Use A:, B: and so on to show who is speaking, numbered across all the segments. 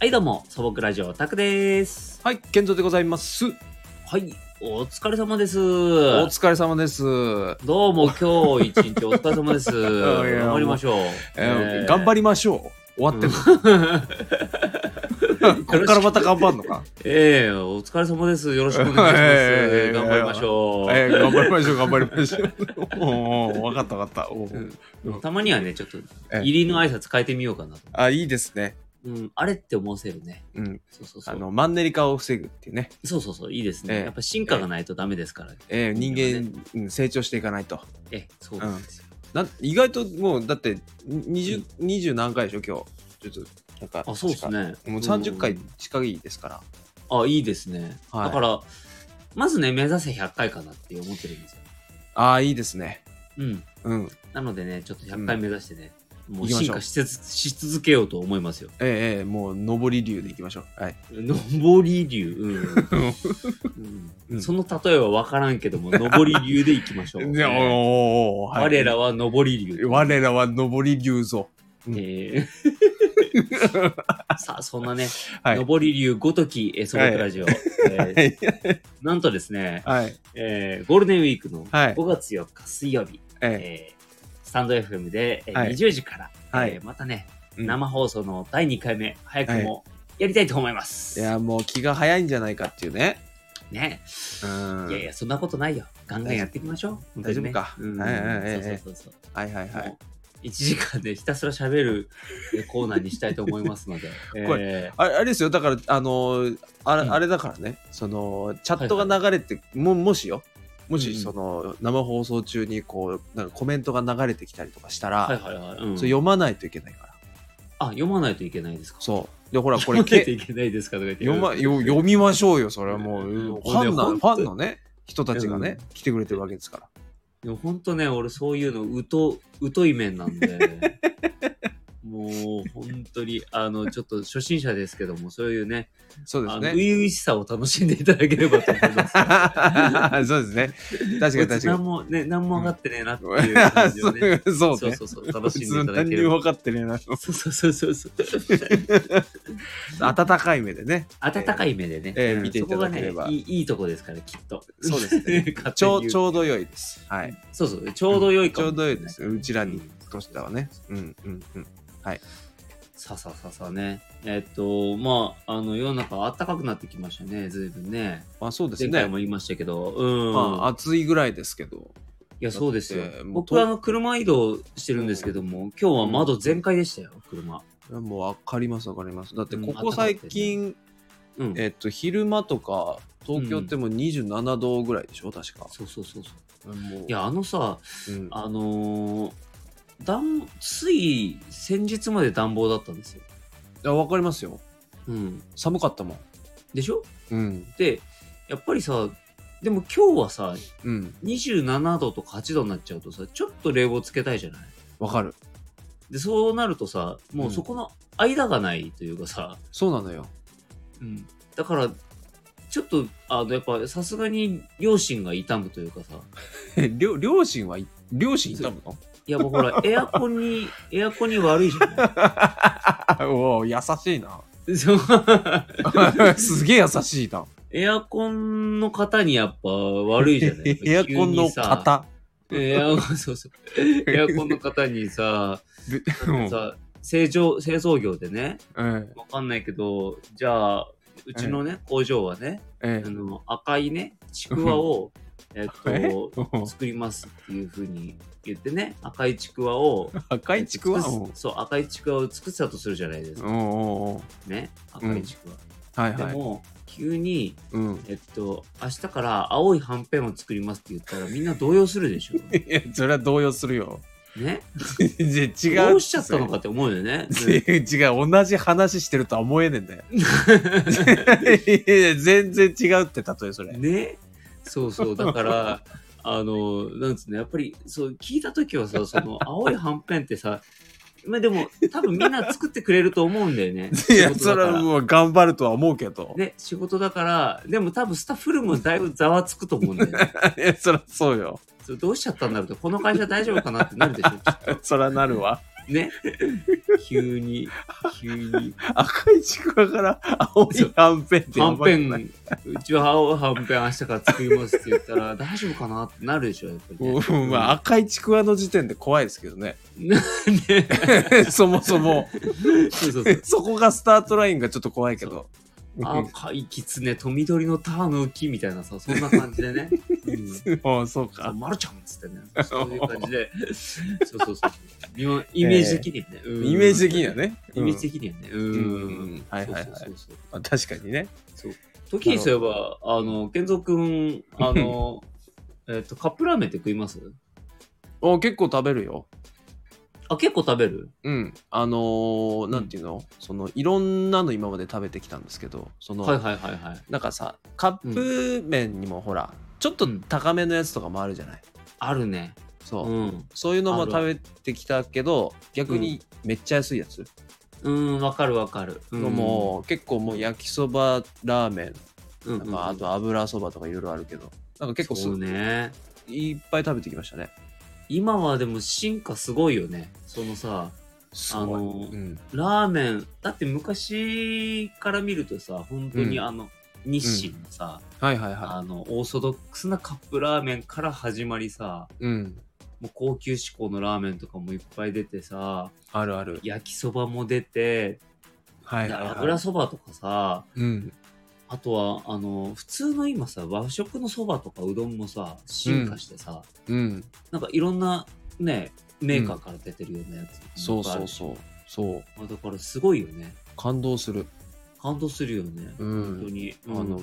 A: はい、どうも、素朴ラジオ、タクです。
B: はい、健三でございます。
A: はい、お疲れ様です。
B: お疲れ様です。
A: どうも、今日一日お疲れ様です。
B: いや
A: 頑張りましょう。
B: えー頑張
A: り、
B: りましょう。終わってる。ここからまた頑張るのか。
A: ええお疲れ様です。よろしくお願いします。
B: えー
A: 頑張りましょう。
B: えー頑張りましょう、頑張りましょう。おうおうわかったわかった。おうおうー
A: たまにはね、ちょっと
B: え
A: 入りの挨拶変えてみようかなと。
B: あ、いいですね。
A: うん、あれって思わせるね。
B: うん、
A: そうそうそ
B: あ
A: う。
B: のマンネリ化を防ぐっていうね、
A: そうそうそう、いいですね。
B: ええ
A: やっぱ進化がないとダメですから。
B: えー人
A: 人間
B: 間、うん成長していかないと
A: ええそうなんですよ。
B: なん意外ともうだって20 20何回でしょ今日ちょっとなんか
A: あ、そうですね。
B: もう
A: う
B: 30
A: ん
B: 回近いですから、
A: あ、いいですね。
B: はい
A: だから、まずね、目指せ100回かなって思ってるんですよ。
B: ああいいですね
A: うん。
B: うん
A: なのでね、ちょっと100回目指してね、もう
B: 行き
A: 進
B: ましょう
A: 化しつし続けようと思いますよ。
B: ええええもう上り流でいきましょう。はい。
A: 上り流。うん
B: う
A: うんん。その例えは分からんけども、上り流でいきましょう。
B: じゃあ
A: ね
B: おーおーおーはい
A: 我らは上り流。
B: 我らは上り流ぞ。
A: え ーさあ、そんなね、
B: はい。
A: 上り流ごとき、えー、素朴ラジオ、えー
B: はい。
A: なんとですね、
B: はい。
A: えーゴールデンウィークの
B: はい
A: 5月4日水曜日、
B: え
A: え
B: え
A: ースタンド FM で、えー
B: はい
A: 20時から、
B: はい
A: えーまたね、
B: うん
A: 生放送の第2回目、早くもやりたいと思います。
B: いや、もう気が早いんじゃないかっていうね。
A: ね、
B: うん。
A: いやいや、そんなことないよ。ガンガンやっていきましょう。
B: 大丈夫
A: 本当にね
B: 大丈夫かはいは
A: う
B: いはい
A: ん
B: はい
A: そうそうそう
B: はいはいは
A: そう。も。
B: いう
A: 1時間でひたすら喋るえーコーナーにしたいと思いますので。
B: こ
A: えー
B: あれあれですよ、だから、あのーあれ、
A: うん
B: あれだからね、その、チャットが流れて、ももしよ、も
A: う
B: し、
A: ん
B: その、生放送中に、こう、なんかコメントが流れてきたりとかしたら、
A: はいはいはい。うん
B: それ読まないといけないから。
A: あ、読まないといけないですか。
B: そう。で、ほら、こ
A: 読
B: れ、
A: まない
B: け
A: といけないですかとか言って。
B: 読ま
A: うん
B: よ読みましょうよ、それはもう。
A: うん
B: ファンな、
A: ほ
B: フ
A: んで
B: ァンのね、人たちがね
A: う、
B: 来てくれてるわけですから。
A: でも本当ね、俺そういうの疎疎い面なん で、もう本当に、あの、ちょっと初心者ですけども、そういうね、
B: そうで
A: あ
B: す
A: の初
B: ね。
A: 々しさを楽しんでいただければと思います。
B: そうですね。確かに確か
A: 何
B: に。
A: もね、何も分かってねえなっていう感じをね。
B: そう
A: そう
B: ね。
A: そうそう、楽しんでいただ
B: 何
A: けれ
B: に
A: ば。
B: も分かってねえな。
A: そうそうそうそうそう。
B: 温かい目 でね。
A: 温かい目でね、
B: えー
A: うん
B: 見ていただけれ
A: そこ
B: ば
A: がねいい、いいとこですから、きっと。
B: そうです ね。
A: 勝
B: ち
A: 手に
B: ょ
A: 言
B: う
A: う
B: ちょうど良いです。はい。
A: そうそう、ちょうど良い
B: ち
A: かも
B: ょう
A: し
B: ど
A: れな
B: 良
A: い
B: いです。うちらにとしてはね。うんうんうん。
A: さあさあさあさあね。えっと、まあ、あの、世の中暖かくなってきましたね、ずいぶんね。
B: まあそうです
A: 前回
B: ね
A: も。言いましたけど、うん。
B: まあ暑いぐらいですけど。
A: いや、そうですよ
B: だって。もう
A: 僕はあの車移動してるんですけども、今日は窓全開でしたよ、車。
B: もうわかりますわかります。だって
A: うん
B: ここ最近、
A: うん。
B: えっと、昼間とか、東京ってもう27度ぐらいでしょ、確か。
A: そうそうそうそう。
B: も
A: い、
B: う
A: や、あのさ、
B: うん、
A: あのー暖つい先日まで暖房だったんですよ。
B: いやわかりますよ。
A: うん。
B: 寒かったもん。
A: でしょ
B: うん。
A: で、やっぱりさ、でも今日はさ、
B: うん。
A: 27度とか8度になっちゃうとさ、ちょっと冷房つけたいじゃない
B: わかる。
A: でそうなるとさもうそこの間がないというかさ、
B: そうなのよ。
A: うんだからちょっとあのやっぱさすがに両親が痛むというかさ
B: え 両両親はい、両親いたの
A: いやもう ほらエアコンにエアコンに悪いじゃな
B: おお優しい な。
A: いそう
B: すげえ優しいな。
A: エアコンの方にやっぱ悪いじゃ ない
B: エアコンの型。
A: エアコンそうそうエアコンの方にさ
B: ぶ
A: なんかさ製造製造業でね
B: うん
A: わかんないけどじゃあうちのね、工場はね
B: え
A: あの赤いねちくわをえっ
B: え
A: と作りますっていうふうに言ってね赤いちくわを
B: 赤いちくわ
A: 作っ
B: を。
A: そう赤いちくわを作ってたとするじゃないです
B: お
A: か
B: うおうおう
A: ね赤いちくわ、
B: はい
A: で
B: はい。
A: も、急に
B: うん。
A: えっと明日から青いはんぺんを作りますって言ったらみんな動揺するでし ょ
B: いや、それは動揺するよ。
A: ね
B: 違う。
A: どうしちゃったのかって思うよ ね
B: 違う、違う同じ話してるとは思えねえん だよ。いやいや全然違うって、例えそれ。
A: ねそう そうだからあのなんつうのやっぱりそう聞いた時はさその青いはんぺんってさまあでも多分みんな作ってくれると思うんだよね
B: いや、
A: 仕事
B: そ
A: だ
B: れ
A: から
B: はもう頑張るとは思うけど。
A: ね仕事だからでも多分スタッフルームだいぶざわつくと思うんだよ ね
B: い や、そらそうよ。
A: それどうしちゃったんだろうってこの会社大丈夫かなってなるでしょきっと
B: そらなるわ。
A: ね。急に、急に。
B: 赤いちくわから青いはんぺんって
A: は
B: や
A: ん
B: ば
A: ぺ
B: いない。
A: ん、うちは青はんぺん明日から作りますって言ったら、大丈夫かなってなるでしょ、やっぱり、ね。
B: うんまあ、赤いちくわの時点で怖いですけどね。
A: ね。
B: そもそも。
A: そうそうそう。
B: そこがスタートラインがちょっと怖いけど。
A: 赤いキツネと緑のターの木みたいなさ、そんな感じで ね。うん、そ
B: あ そう
A: う
B: か。
A: まるちゃんっつってね。そういう感じで。そうそう そう。微妙イメージ的にはね。うん
B: イメージ的にはね。
A: イメージ的にはね。うん
B: うん。はいはいはい
A: そうそうそう
B: うん確かにね。
A: そう。時にそういえば、あの、健三くん、あ の、えっと、カップラーメンって食います
B: お結構食べるよ。
A: あ、結構食べる
B: うん。あのーなんていうの、そのいろんなの今まで食べてきたんですけど、その、
A: はいはいはいはい。
B: なんかさ、カップ麺にもほら、ちょっと高めのやつとかもあるじゃない。
A: あるね。
B: そう。
A: うん。
B: そういうのも
A: あるあ
B: 食べてきたけど、逆にめっちゃ安いやつ、
A: うん、わかるわかる。うん
B: もう結構もう焼きそばラーメン、
A: うん、
B: なんかあと油そばとかいろいろあるけど、なんか結構す
A: そうね。
B: いっぱい食べてきましたね。
A: 今はでも進化すごいよねそのさ
B: す
A: ごい
B: うん、
A: ラーメンだって昔から見るとさ本当に
B: うん
A: あの、日清のさ、
B: はいはいは
A: あのオーソドックスなカップラーメンから始まりさ
B: い。うん。
A: もう高級志向のラーメンとかもいっぱい出てさ
B: あるある。
A: 焼きそばも出て、
B: はい
A: で
B: はい、はい。
A: 油そばとかさ
B: うん。
A: あとはあの普通の今さ和食のそばとかうどんもさ進化してさ、
B: うん。
A: なんかいろんなねメーカーから出てるようなやつ、
B: そうそうそう。そう。
A: うだからすごいよね
B: 感動する。
A: 感動するよね、
B: うん
A: 本当に、
B: あの、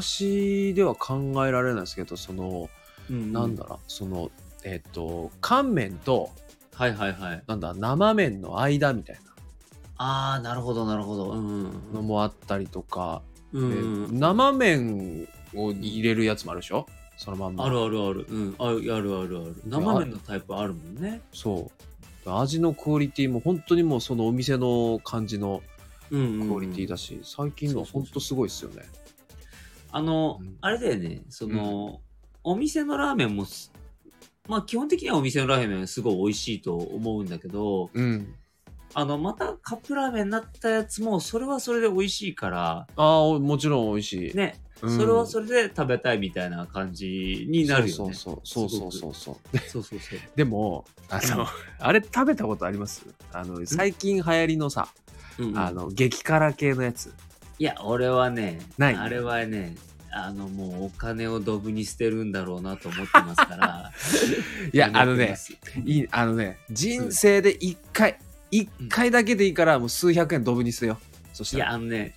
B: 昔では考えられないですけど、その、
A: うん
B: なんだろう、その、えっ、と、乾麺と、
A: はいはいはい
B: なんだ、生麺の間みたいな。
A: ああなるほどなるほどうん
B: のもあったりとか、
A: うん、うん
B: で
A: うん
B: 生麺を入れるやつもあるでしょそのまんま
A: あるあるある、うん、あるあるあるある生麺のタイプあるもんね
B: そう味のクオリティも本当にもうそのお店の感じの
A: うんうんうん
B: クオリティだし、最近のは本当すごいですよね
A: あの、
B: うん
A: あれだよねその、お店のラーメンもすまあ基本的にはお店のラーメンはすごい美味しいと思うんだけど
B: うん
A: あのまたカップラーメンになったやつもそれはそれで美味しいから
B: ああもちろん美味しい、
A: ね、
B: うん
A: それはそれで食べたいみたいな感じになるよね
B: そうそうそうそうそうそうそう
A: そうそうそう。
B: でもあの、
A: うん
B: あれ食べたことありますあの最近流行りのさ、
A: うんうん
B: あの激辛系のやつ
A: いや、俺はね、
B: ない
A: あれはね、あの、もうお金をドブに捨てるんだろうなと思ってますから。
B: いやあの
A: 思ってま
B: ね
A: す、
B: いいあのね人生で一回一回だけでいいからもう数百円ドブに捨てよそし
A: い
B: た
A: や、
B: ら
A: あのね、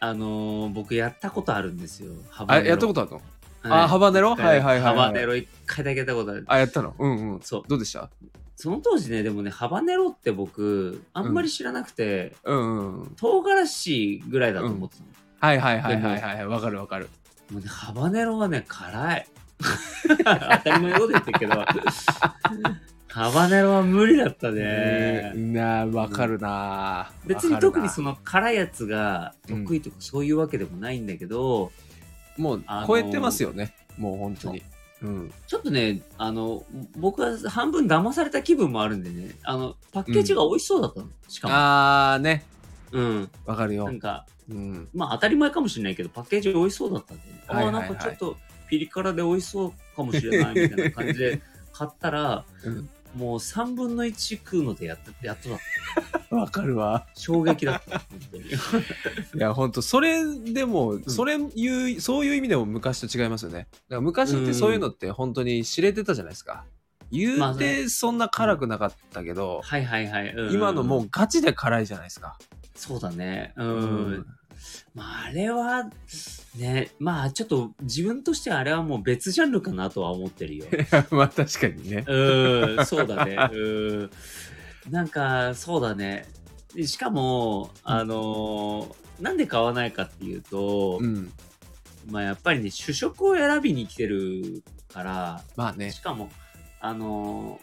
A: あのー僕やったことあるんですよ。ハ
B: あやったこととあるのあハバネロはいはいはいはい
A: ハバネロ一回だけやったことある。
B: あやったのうんうん
A: そう。
B: どうでした
A: その当時ね、でもね、ハバネロって僕、あんまり知らなくて、
B: うんうんうん
A: 唐辛子ぐらいだと思ってたの。
B: はいはいはいはいはいわかるわかる
A: もうね、ハバネロはね、辛い。 当たり前のこと言ってるけど、ハバネロは無理だったね
B: う。んなわかるな
A: 別に特にそ
B: の
A: の辛いやつが得意とかそういうわけでもないんだけど、
B: もう
A: あの
B: 超えてますよねもう本当にうん
A: ちょっとね、あの、僕は半分騙された気分もあるんでね、あの、パッケージが美味しそうだったの。しかも。
B: あーね
A: うん。
B: わかる
A: な
B: よ
A: んか、
B: うん
A: まあ当たり前かもしれないけど、パッケージ美味しそうだったんでね。
B: はいはいはい
A: ああ、なんかちょっとピリ辛で美味しそうかもしれないみたいな感じで買ったら、
B: うん
A: もう3分の1食うのでやっとやっとだった。
B: わかるわ
A: 衝撃だっ た。本当に
B: いや本当それでもそれいうそういう意味でも昔と違いますよねだから昔ってそういうのって本当に知れてたじゃないですか言
A: まあ
B: うてそんな辛くなかったけど
A: はいはいはい。うん
B: 今のもうガチで辛いじゃないですか
A: そうだね。うん。
B: うん
A: まあ、あれは、ね、まあ、ちょっと自分としてはあれはもう別ジャンルかなとは思ってるよ。
B: まあ確かにね
A: うん、そうだね。うん。なんか、そうだね。でしかも、あのーなんで買わないかっていうと、
B: うん
A: まあ、やっぱりね、主食を選びに来てるから、
B: まあね
A: しかも、あの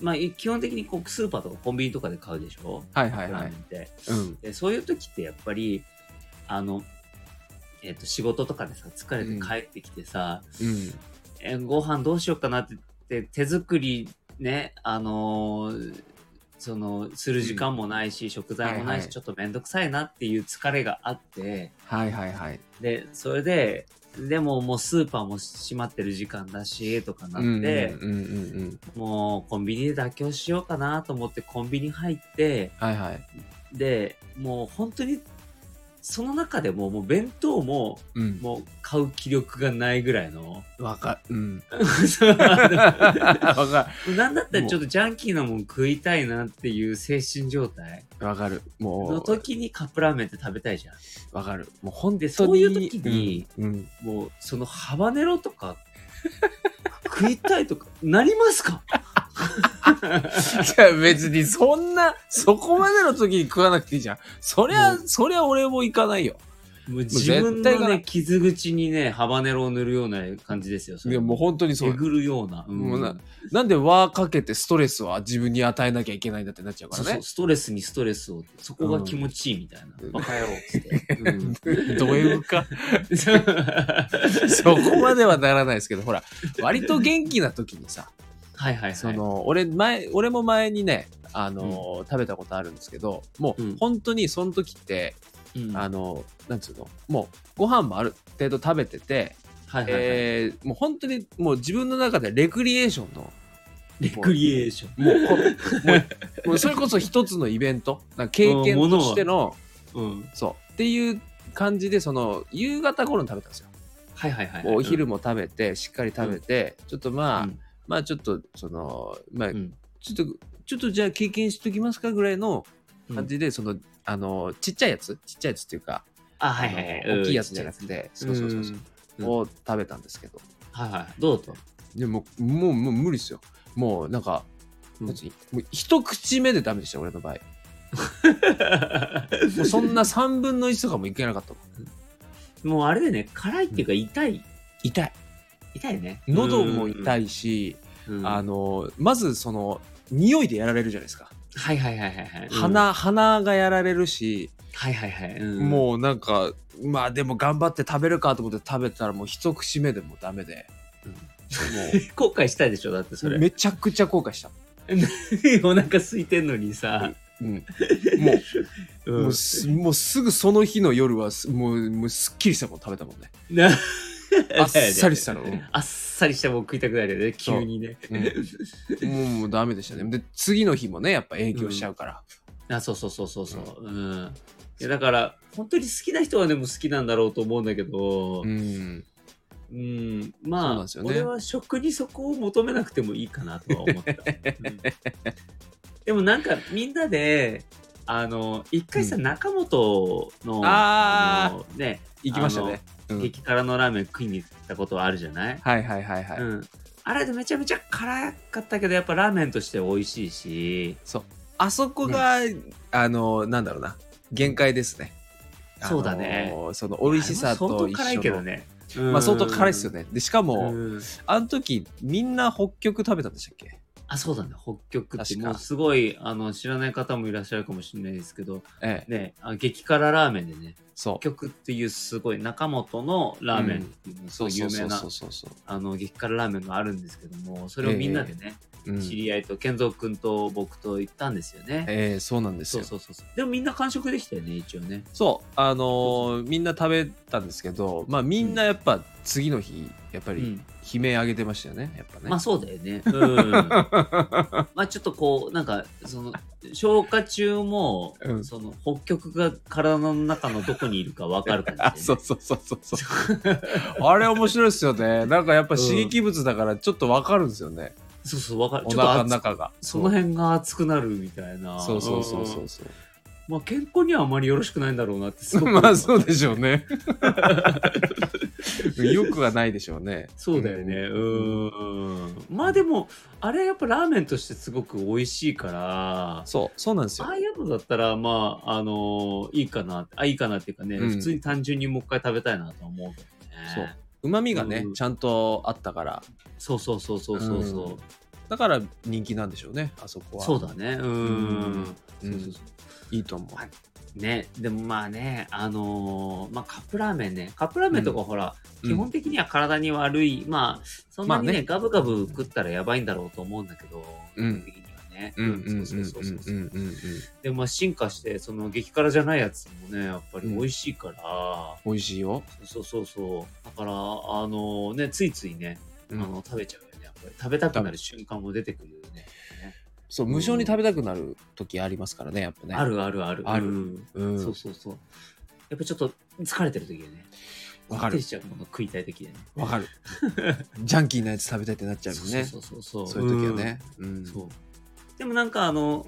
A: ーまあ、基本的にこうスーパーとかコンビニとかで買うでしょ
B: はいはい
A: ラー
B: は
A: メン
B: い
A: って。
B: うん
A: でそういう時ってやっぱりあの、えっと仕事とかでさ疲れて帰ってきてさ、
B: うん
A: えご飯どうしようかなってって手作りねあのーそのする時間もないし、食材もな
B: はいい
A: し、
B: はい
A: ちょっと面倒くさいなっていう疲れがあって
B: はいはいはい。
A: でそれででももうスーパーも閉まってる時間だしとかなって、
B: うんうんうんうんうん。
A: もうコンビニで妥協しようかなと思ってコンビニ入って
B: はいはい。
A: でもう本当にその中でももう弁当も
B: うん。
A: もう買う気力がないぐらい の
B: わか うん。
A: そう
B: わか
A: なんだったらちょっとジャンキーなもん食いたいなっていう精神状態
B: る。わかる。
A: の
B: も
A: 時にカップラーメンって食べたいじゃん
B: う、わかる。もう本当に。
A: でそういう時に
B: うん、うん。
A: もうそのハバネロとか食いたいとかなりますか
B: いや、別にそんな、そこまでの時に食わなくていいじゃん。そりゃ
A: も、
B: そりゃ俺も行かないよ。
A: もう自分
B: 絶対
A: の
B: 行かな
A: ね
B: い
A: 傷口にねハバネロを塗るような感じですよそ
B: い
A: れ
B: や、もう本当にそ
A: え
B: う。
A: ぐるような,うん、
B: もうななんで輪かけてストレスは自分に与えなきゃいけないんだってなっちゃうか
A: そう
B: ら
A: そう
B: ね。
A: ストレスにストレスをそこが気持ちいいみたいな、
B: うん
A: バカ野郎っつって、 うん、
B: ド M か。そこまではならないですけど、ほら、割と元気な時にさ、
A: はいはいはい
B: その、俺前、俺も前にね、あの、食べたことあるんですけど、も
A: うん
B: う本当にその時って、
A: うん
B: あの、なんつうの、もうご飯もある程度食べてて、
A: はいはいはい
B: えーもう本当にもう自分の中でレクリエーションの、
A: レクリエーション
B: もうこも う、もうそれこそ一つのイベント、なんか経験としての、
A: うん、
B: そう、っていう感じで、その、夕方頃に食べたんですよ。
A: はいはいはい、はい、
B: お昼も食べて、しっかり食べて、ちょっとまあ、
A: うん
B: まあちょっと、その、まあ、
A: うん
B: ちょっと、ちょっとじゃあ経験しときますかぐらいの
A: うん
B: 感じで、その、あの、ちっちゃいやつ、ちっちゃいやつっていうか、
A: あはいはいはい
B: あの大きいやつ
A: うん
B: じゃなくて、
A: う
B: そ
A: ん
B: うそうそうそう、
A: うん
B: を食べたんですけど、
A: はいはいどうだっ
B: でもう、もう、もう無理ですよ。もう、なんか、
A: うん
B: なんつうのもう一口目でダメでした、俺の場合。
A: た
B: もうそんな3分の1とかもいけなかったもん。
A: もうあれでね辛いっていうか痛い、
B: 痛い。
A: 痛いね
B: 喉も痛
A: い、
B: いし、
A: うん
B: あの、まずその、匂いでやられるじゃないですか。
A: はいはいはいはいはいうん
B: 鼻、鼻がやられるし、
A: はいはいはい、うん
B: もうなんか、まあでも頑張って食べるかと思って食べたらもう一口目でもうダメで、
A: うん
B: も、
A: 後悔したいでしょだってそうれ
B: めちゃくちゃ後悔した。
A: お腹空いてんのにさ、
B: うん、もう
A: う
B: もうすもうすぐその日の夜はすもうもうすっきりしたもん食べたもんね
A: な
B: あっさりしたの、うん
A: あっさりしたもん食いたくなるよね急にね
B: うんもうもうダメでしたねで次の日もねやっぱ影響しちゃうから、
A: あそうそうそうそうそううん、いやだから本当に好きな人はでも好きなんだろうと思うんだけど
B: うん
A: うん、ま
B: そう
A: あ
B: なんですよね
A: 俺は食にそこを求めなくてもいいかなとは思った、うんでもなんかみんなであの一回さ、
B: うん
A: 中本の
B: あー
A: のね
B: 行きましたね、うん
A: 激辛のラーメン食いに行ったことはあるじゃない、
B: はいはいはいはい、
A: うん、あれでめちゃめちゃ辛かったけどやっぱラーメンとして美味しいし
B: あそこが、あのなんだろうな限界ですね
A: そうだね
B: あのその美味しさと一緒の
A: あれは相当辛いけどね、
B: まあ相当辛いですよねでしか
A: うん、
B: も、
A: うん
B: あの時みんな北極食べたんでしたっけ、
A: あそうだね北極って
B: 確か
A: もうすごいあの知らない方もいらっしゃるかもしれないですけど
B: ええ、
A: ねあ激辛ラーメンでね
B: そう
A: 北極っていうすごい中本のラーメンっていうのす
B: そ
A: ご
B: う
A: い
B: そ
A: 有
B: うそ
A: 名
B: う
A: な
B: そうそうそう
A: あの激辛ラーメンがあるんですけどもそれをみんなでね、
B: うん
A: 知り合いと健三君と僕と行ったんですよね、
B: ええそうなんです
A: そう
B: よ。
A: そうそうそうでもみんな完食できたよね一応ね
B: そう、あのーみんな食べたんですけど、まあみんなやっぱ次の日、やっぱ
A: う
B: り
A: ん
B: 悲鳴上げてましたよね、やっぱね。
A: まあそうだよね。うん。 まあちょっとこう、なんか、その、消化中も、
B: うん
A: その、北極が体の中のどこにいるか分かる感じ、ね。
B: あそうそうそうそうそうあれ面白いですよねなんかやっぱ刺激物だからちょっとわかるんですよね、
A: そうそう、分かる。
B: お
A: ちょっと
B: 腹の
A: 熱く
B: 中が
A: その辺が熱くなるみたいな。
B: そうそうそうそ
A: ん
B: うそう
A: まあ健康にはあまりよろしくないんだろうなってすごく。
B: まあそうでしょうねよくはないでしょうね
A: そうだよね。うんん。まあでも、あれやっぱラーメンとしてすごく美味しいから、
B: そうそうなんですよ
A: ああいうのだったら、まあ、あのいいかな、あ、いいかなっていうかね、
B: うん
A: 普通に単純にもう一回食べたいなとは思うけどね。
B: そううまみがね、
A: うん
B: ちゃんとあったから
A: そうそうそうそうそうそう、
B: うんだから人気なんでしょうねあそこは
A: そうだねうーん
B: うん
A: そうそうそ
B: いいと思う
A: はいうんねでもまあねあのーまあカップラーメンねカップラーメンとかほら、基本的には体に悪いまあそんなにね,、
B: まあね
A: ガブガブ食ったらやばいんだろうと思うんだけど、
B: うん
A: 基本的にはね。
B: うんうんうんうん
A: そうそうそう
B: う
A: そうん
B: うんうん
A: で、まあ進化して、その激辛じゃないやつもね、やっぱり美味しいから、
B: 美味しいよ。
A: そうそうそう。だから、あのね、ついついね、
B: う
A: あ
B: ん
A: の食べちゃうよね。やっぱり食べたくなる瞬間も出てくるよね。
B: そう無性に食べたくなる時ありますからねやっぱね。
A: あ。るあるある。
B: ある
A: うん
B: うん。
A: そうそうそう。やっぱちょっと疲れてる時はね、
B: わか
A: テ
B: る
A: しちゃうもの食いたい時でね。
B: わかる。ジャンキーなやつ食べたいってなっちゃうもんね。
A: そうそうそう。
B: そういう時はね。うん
A: うん。。そう。でもなんかあの、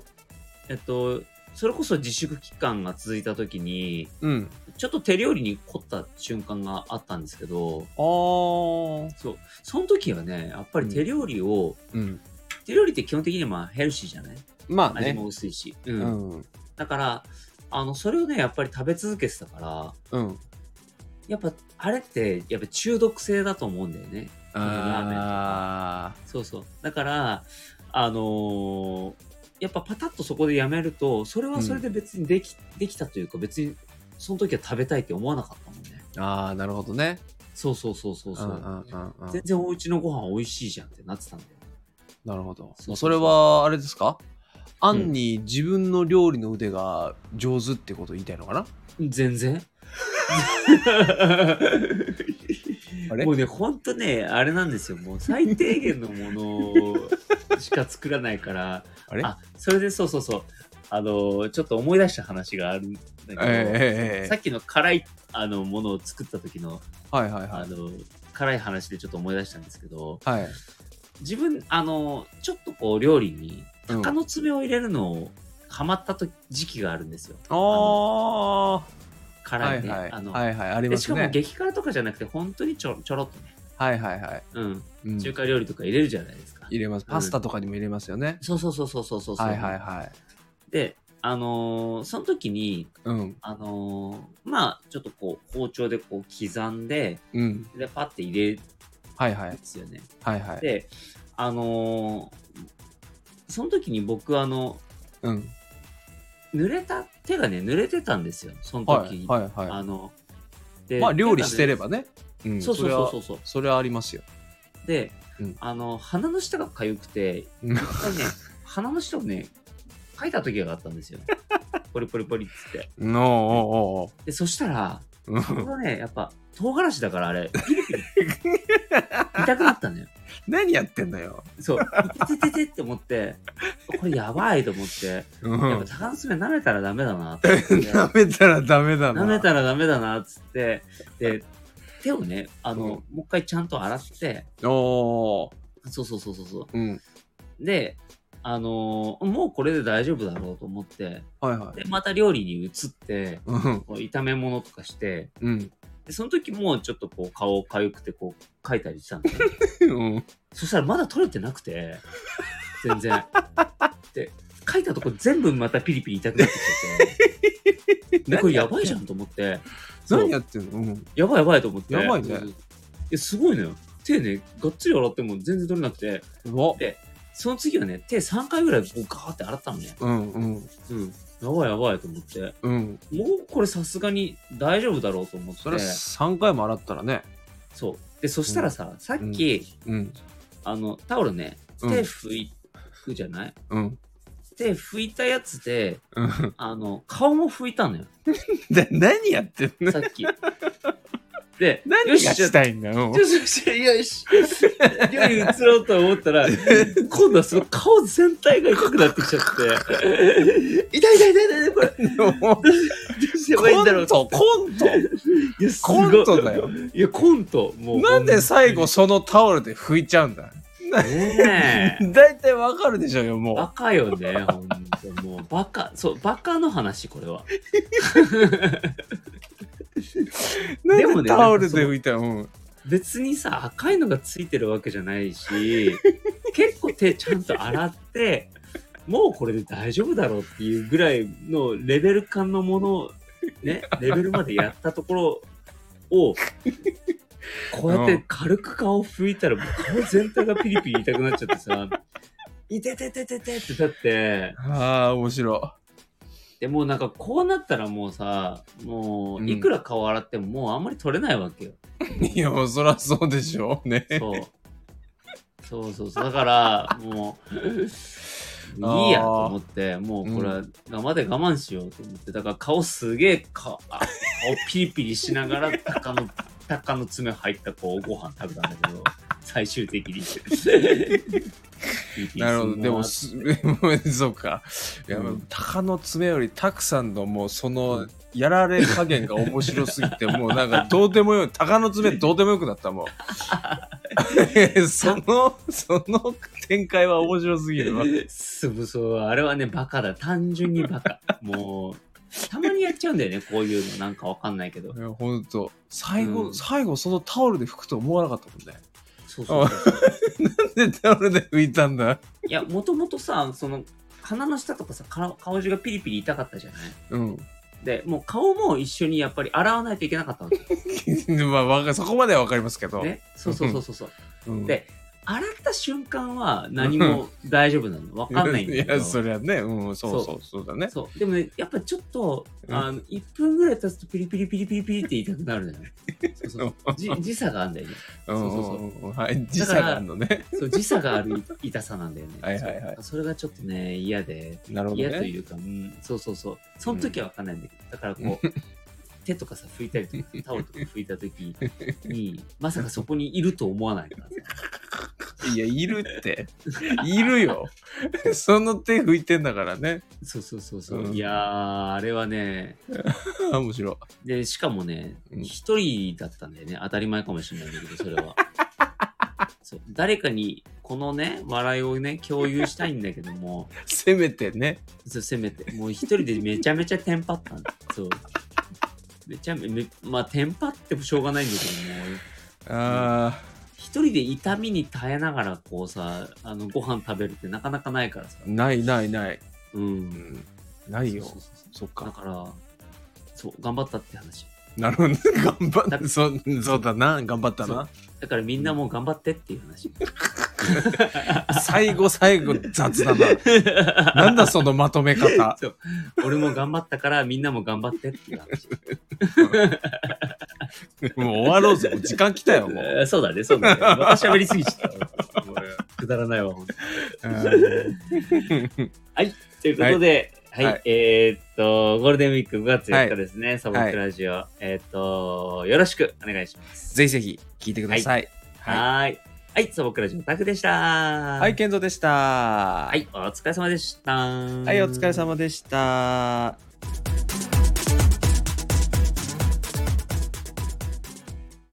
A: えっと、それこそ自粛期間が続いた時に、
B: うん。
A: ちょっと手料理に凝った瞬間があったんですけど、
B: あー。
A: そう。その時はね、やっぱり手料理を、
B: うん。
A: 手料理って基本的にはまあヘルシーじゃない
B: まあ
A: 味
B: ね
A: も。薄いし。
B: う
A: うん
B: ん。
A: だから、あの、それをね、やっぱり食べ続けてたから、
B: うん。
A: やっぱ、あれって、やっぱ中毒性だと思うんだよね。ラーメンと
B: あ
A: そうそう。だから、あのーやっぱパタッとそこでやめると、それはそれで別にでき、できたというか、別に、その時は食べたいって思わなかったもんね。
B: ー。あーなるほどね。
A: そうそうそうそううんそうう、
B: んうんうん。
A: 全然お家のご飯美味しいじゃんってなってたんだよ。
B: なるほど。
A: そうそうそう
B: それは、あれですかアンに自分の料理の腕が上手ってことを言いたいのかな
A: 全然
B: あれ
A: もうね、ほんとね、あれなんですよ。もう最低限のものしか作らないから。
B: あれ
A: あ、それでそうそうそう。あの、ちょっと思い出した話があるんだけど、
B: ええええええ
A: さっきの辛いあのものを作った時の
B: はいはいは
A: あ
B: い。
A: の辛い話でちょっと思い出したんですけど、
B: はい。
A: 自分、あの、ちょっとこう料理に、
B: うん
A: 鷹の爪を入れるのをハマったと時期があるんですよ。
B: ああ、は
A: 辛い
B: い
A: ね。
B: はい。
A: あの
B: はいはい。あり
A: で
B: ま
A: し
B: す
A: かも
B: ね。
A: 激辛とかじゃなくて本当にちょちょろっとね、
B: はいはいはい。
A: うん、
B: うん
A: 中華料理とか入れるじゃないですか、
B: 入れます。パスタとかにも入れますよね。
A: そうそうそうそうそうそう、
B: はいはいはい。
A: であのーその時に
B: うん。
A: あのーまあちょっとこう包丁でこう刻んで
B: うん。
A: でパッて入れるん
B: はいはい
A: で。すよね、
B: はいはい。
A: であのーその時に僕あの
B: うん。
A: 濡れた手がね濡れてたんですよその
B: は
A: 時、
B: いはいは
A: あので
B: い。まあ料理してれば
A: ね、
B: ね。うん。
A: そうそうそうそううそう
B: それはありますよ。
A: で、
B: うん
A: あの鼻の下が痒くて
B: うん
A: 一回ね、鼻の下をね、書いた時があったんですよ。ポリポリポリっつって。
B: おーお
A: で、そしたら、
B: ー
A: これ
B: お ーうん
A: はね、やっぱ、唐辛子だからあれ、ピリピリ。痛くなったのよ。
B: 何やってんのよ。
A: そう。痛てててって思って、これやばいと思って、
B: う
A: やっぱ
B: ん。
A: 高娘舐めたらダメだなって思って、
B: 舐めたらダメだな。
A: 舐めたらダメだなっつって、で、手をね、あの、
B: うん
A: もう一回ちゃんと洗って、
B: おー
A: そうそうそうそうそ
B: うん。
A: う。で、あのーもうこれで大丈夫だろうと思って、
B: はいはい。
A: で、また料理に移って、
B: うん。
A: こう炒め物とかして、
B: うん。
A: でその時もちょっとこう顔かゆくてこう描いたりしたんで、
B: うん
A: そしたらまだ取れてなくて、全然。で、描いたとこ全部またピリピリ痛くなってきてて、でこれやばいじゃんと思って、そう
B: 何やってんのうん。
A: やばいやばいと思って。
B: やばいね
A: そうそういや、すごいのよ。手ね、がっつり洗っても全然取れなくて、
B: うわ
A: でその次はね、手3回ぐらいこうガーって洗ったのね。
B: うんうん。
A: うん。やばいやばいと思って、
B: うん。
A: もうこれさすがに大丈夫だろうと思って。
B: それは3回も洗ったらね。
A: そう。で、そしたらさ、さっき、
B: うん。
A: あの、タオルね、手
B: うん
A: 拭くじゃない、
B: うん。
A: 手拭いたやつで、
B: うん。
A: あの、顔も拭いたのよ、
B: で何やってんの
A: さっき。で、
B: 何が
A: よし、じゃあ
B: したいんだよ。
A: よしよし、よし、料理移ろうと思ったら、今度はその顔全体が痛くなってきちゃって、痛い痛い痛い痛い、これ、ど
B: もう
A: うすればいい
B: コ
A: んだろう
B: ント、コント。
A: いやすご
B: コ
A: い
B: ントだよ。
A: いや、コント、もう。
B: なんで最後そのタオルで拭いちゃうんだ
A: ねえ
B: 大体わかるでしょうよ、
A: バ
B: も
A: カよね、ほんと。もう、バカ、そう、バカの話、これは。
B: う。な
A: でも
B: ん
A: ね
B: でタオルで拭いたのうん。
A: 別にさ赤いのがついてるわけじゃないし結構手ちゃんと洗ってもうこれで大丈夫だろうっていうぐらいのレベル感のものをねレベルまでやったところをこうやって軽く顔拭いたらもう顔全体がピリピリ痛くなっちゃってさ「いててててて」ってだって
B: ああ、面白
A: でもうなんかこうなったらもうさも
B: う
A: うんいくら顔洗ってももうあんまり取れないわけよ。
B: い。いや、もうそらそうでしょうね。
A: そう。そうそうそう。だから、もう、いいやと思って、もうこれは生で我慢しようと思って、だから顔すげえか、あ顔ピリピリしながら、タカの、タカの爪入ったこうご飯食べたんだけど、最終的 に。
B: なるほど。でも、
A: ピ
B: す そうか。いや、
A: うん
B: 鷹の爪よりたくさんのもうその、やられ加減が面白すぎて、 もうなんかどうでもよい。鷹の爪どうでもよくなった、も う。その、その展開は面白すぎ
A: リピ
B: るわ。
A: リする。そうそう、あれはね、バカだ。単純にバカ。もう、たまにやっちゃうんだよね、こういうの。なんかわかんないけど。
B: ほんと。最後、
A: うん
B: 最後そのタオルで拭くと思わなかったもんね。
A: そうそうそう。
B: なん でタオルで拭いたんだ
A: いや、もともとさ、その、鼻の下とかさ、顔顔中がピリピリ痛かったじゃない
B: うん。
A: で、もう顔も一緒にやっぱり洗わないといけなかったわけで
B: まあわか、そこまではわかりますけど。
A: すね。そうそうそうそうそう。
B: うん
A: で洗った瞬間は何も大丈夫なのわかんないんだけど。
B: や、そりゃね、うん、そうそう、そうだね。
A: そうでもね、やっぱちょっと、
B: うん
A: あの1分ぐらい経つとピリピリピリピリピリって痛くなるのよね。そうそうじ時差があるんだよね。
B: うん
A: そうそう
B: うんうんはい、時差があるのね。
A: そう時差がある 痛さなんだよね。
B: はいはいはい
A: そうそれがちょっとね、嫌で、
B: なるほど
A: 嫌と
B: ね。
A: いうか、うん、そうそうそう。その時はわかんないんだけど、だからこう、 手とかさ、拭いたりとか、タオルとか拭いた時に、まさかそこにいると思わないからさ。
B: いや、いるって。いるよ。 その手拭いてんだからね。
A: そうそうそうそう。
B: うん
A: いやー、あれはね、
B: あ面白い。
A: で、しかもね
B: う、ん
A: 一、人だったんだよね。当たり前かもしれないんだけど、それ は。そう誰かにこのね、笑いをね、共有したいんだけども、
B: せめてね。
A: そうせめて、もう一人でめちゃめちゃテンパったんだ。そう。めちゃめ、めまあ、テンパってもしょうがないんだけども、
B: あ
A: 一人で痛みに耐えながら、こうさ、あの、ご飯食べるってなかなかないからさ。
B: あ、ないないない。
A: う。
B: うんん、ないよ
A: そう。そうそう
B: そっ
A: だ
B: か。
A: から、そう、頑張ったって話。
B: なるほどね。頑張った。そうそうだな。頑張ったな。
A: だからみんなもう頑張ってっていう話。
B: 最後最後雑だな。なんだそのまとめ方。
A: そう俺も頑張ったからみんなも頑張ってっていう話。
B: もう終わろうぜ。もう時間来たよ、もう。
A: えーそうだね、そうだね。また喋りすぎちゃ った。もうくだらないわ、ほんと
B: うん
A: ということで、は、
B: はいい
A: えーっと、ゴールデンウィーク5月4日ですね、サボックラジオ、えーっと、よろしくお願いします。
B: ぜひぜひ聞いてください。
A: はー。
B: はい
A: はい、サボックラジオのタクでした。
B: い。
A: は
B: はい、。健三でした。
A: はい、お疲れ様でした。は
B: はい、お疲れ。様でした。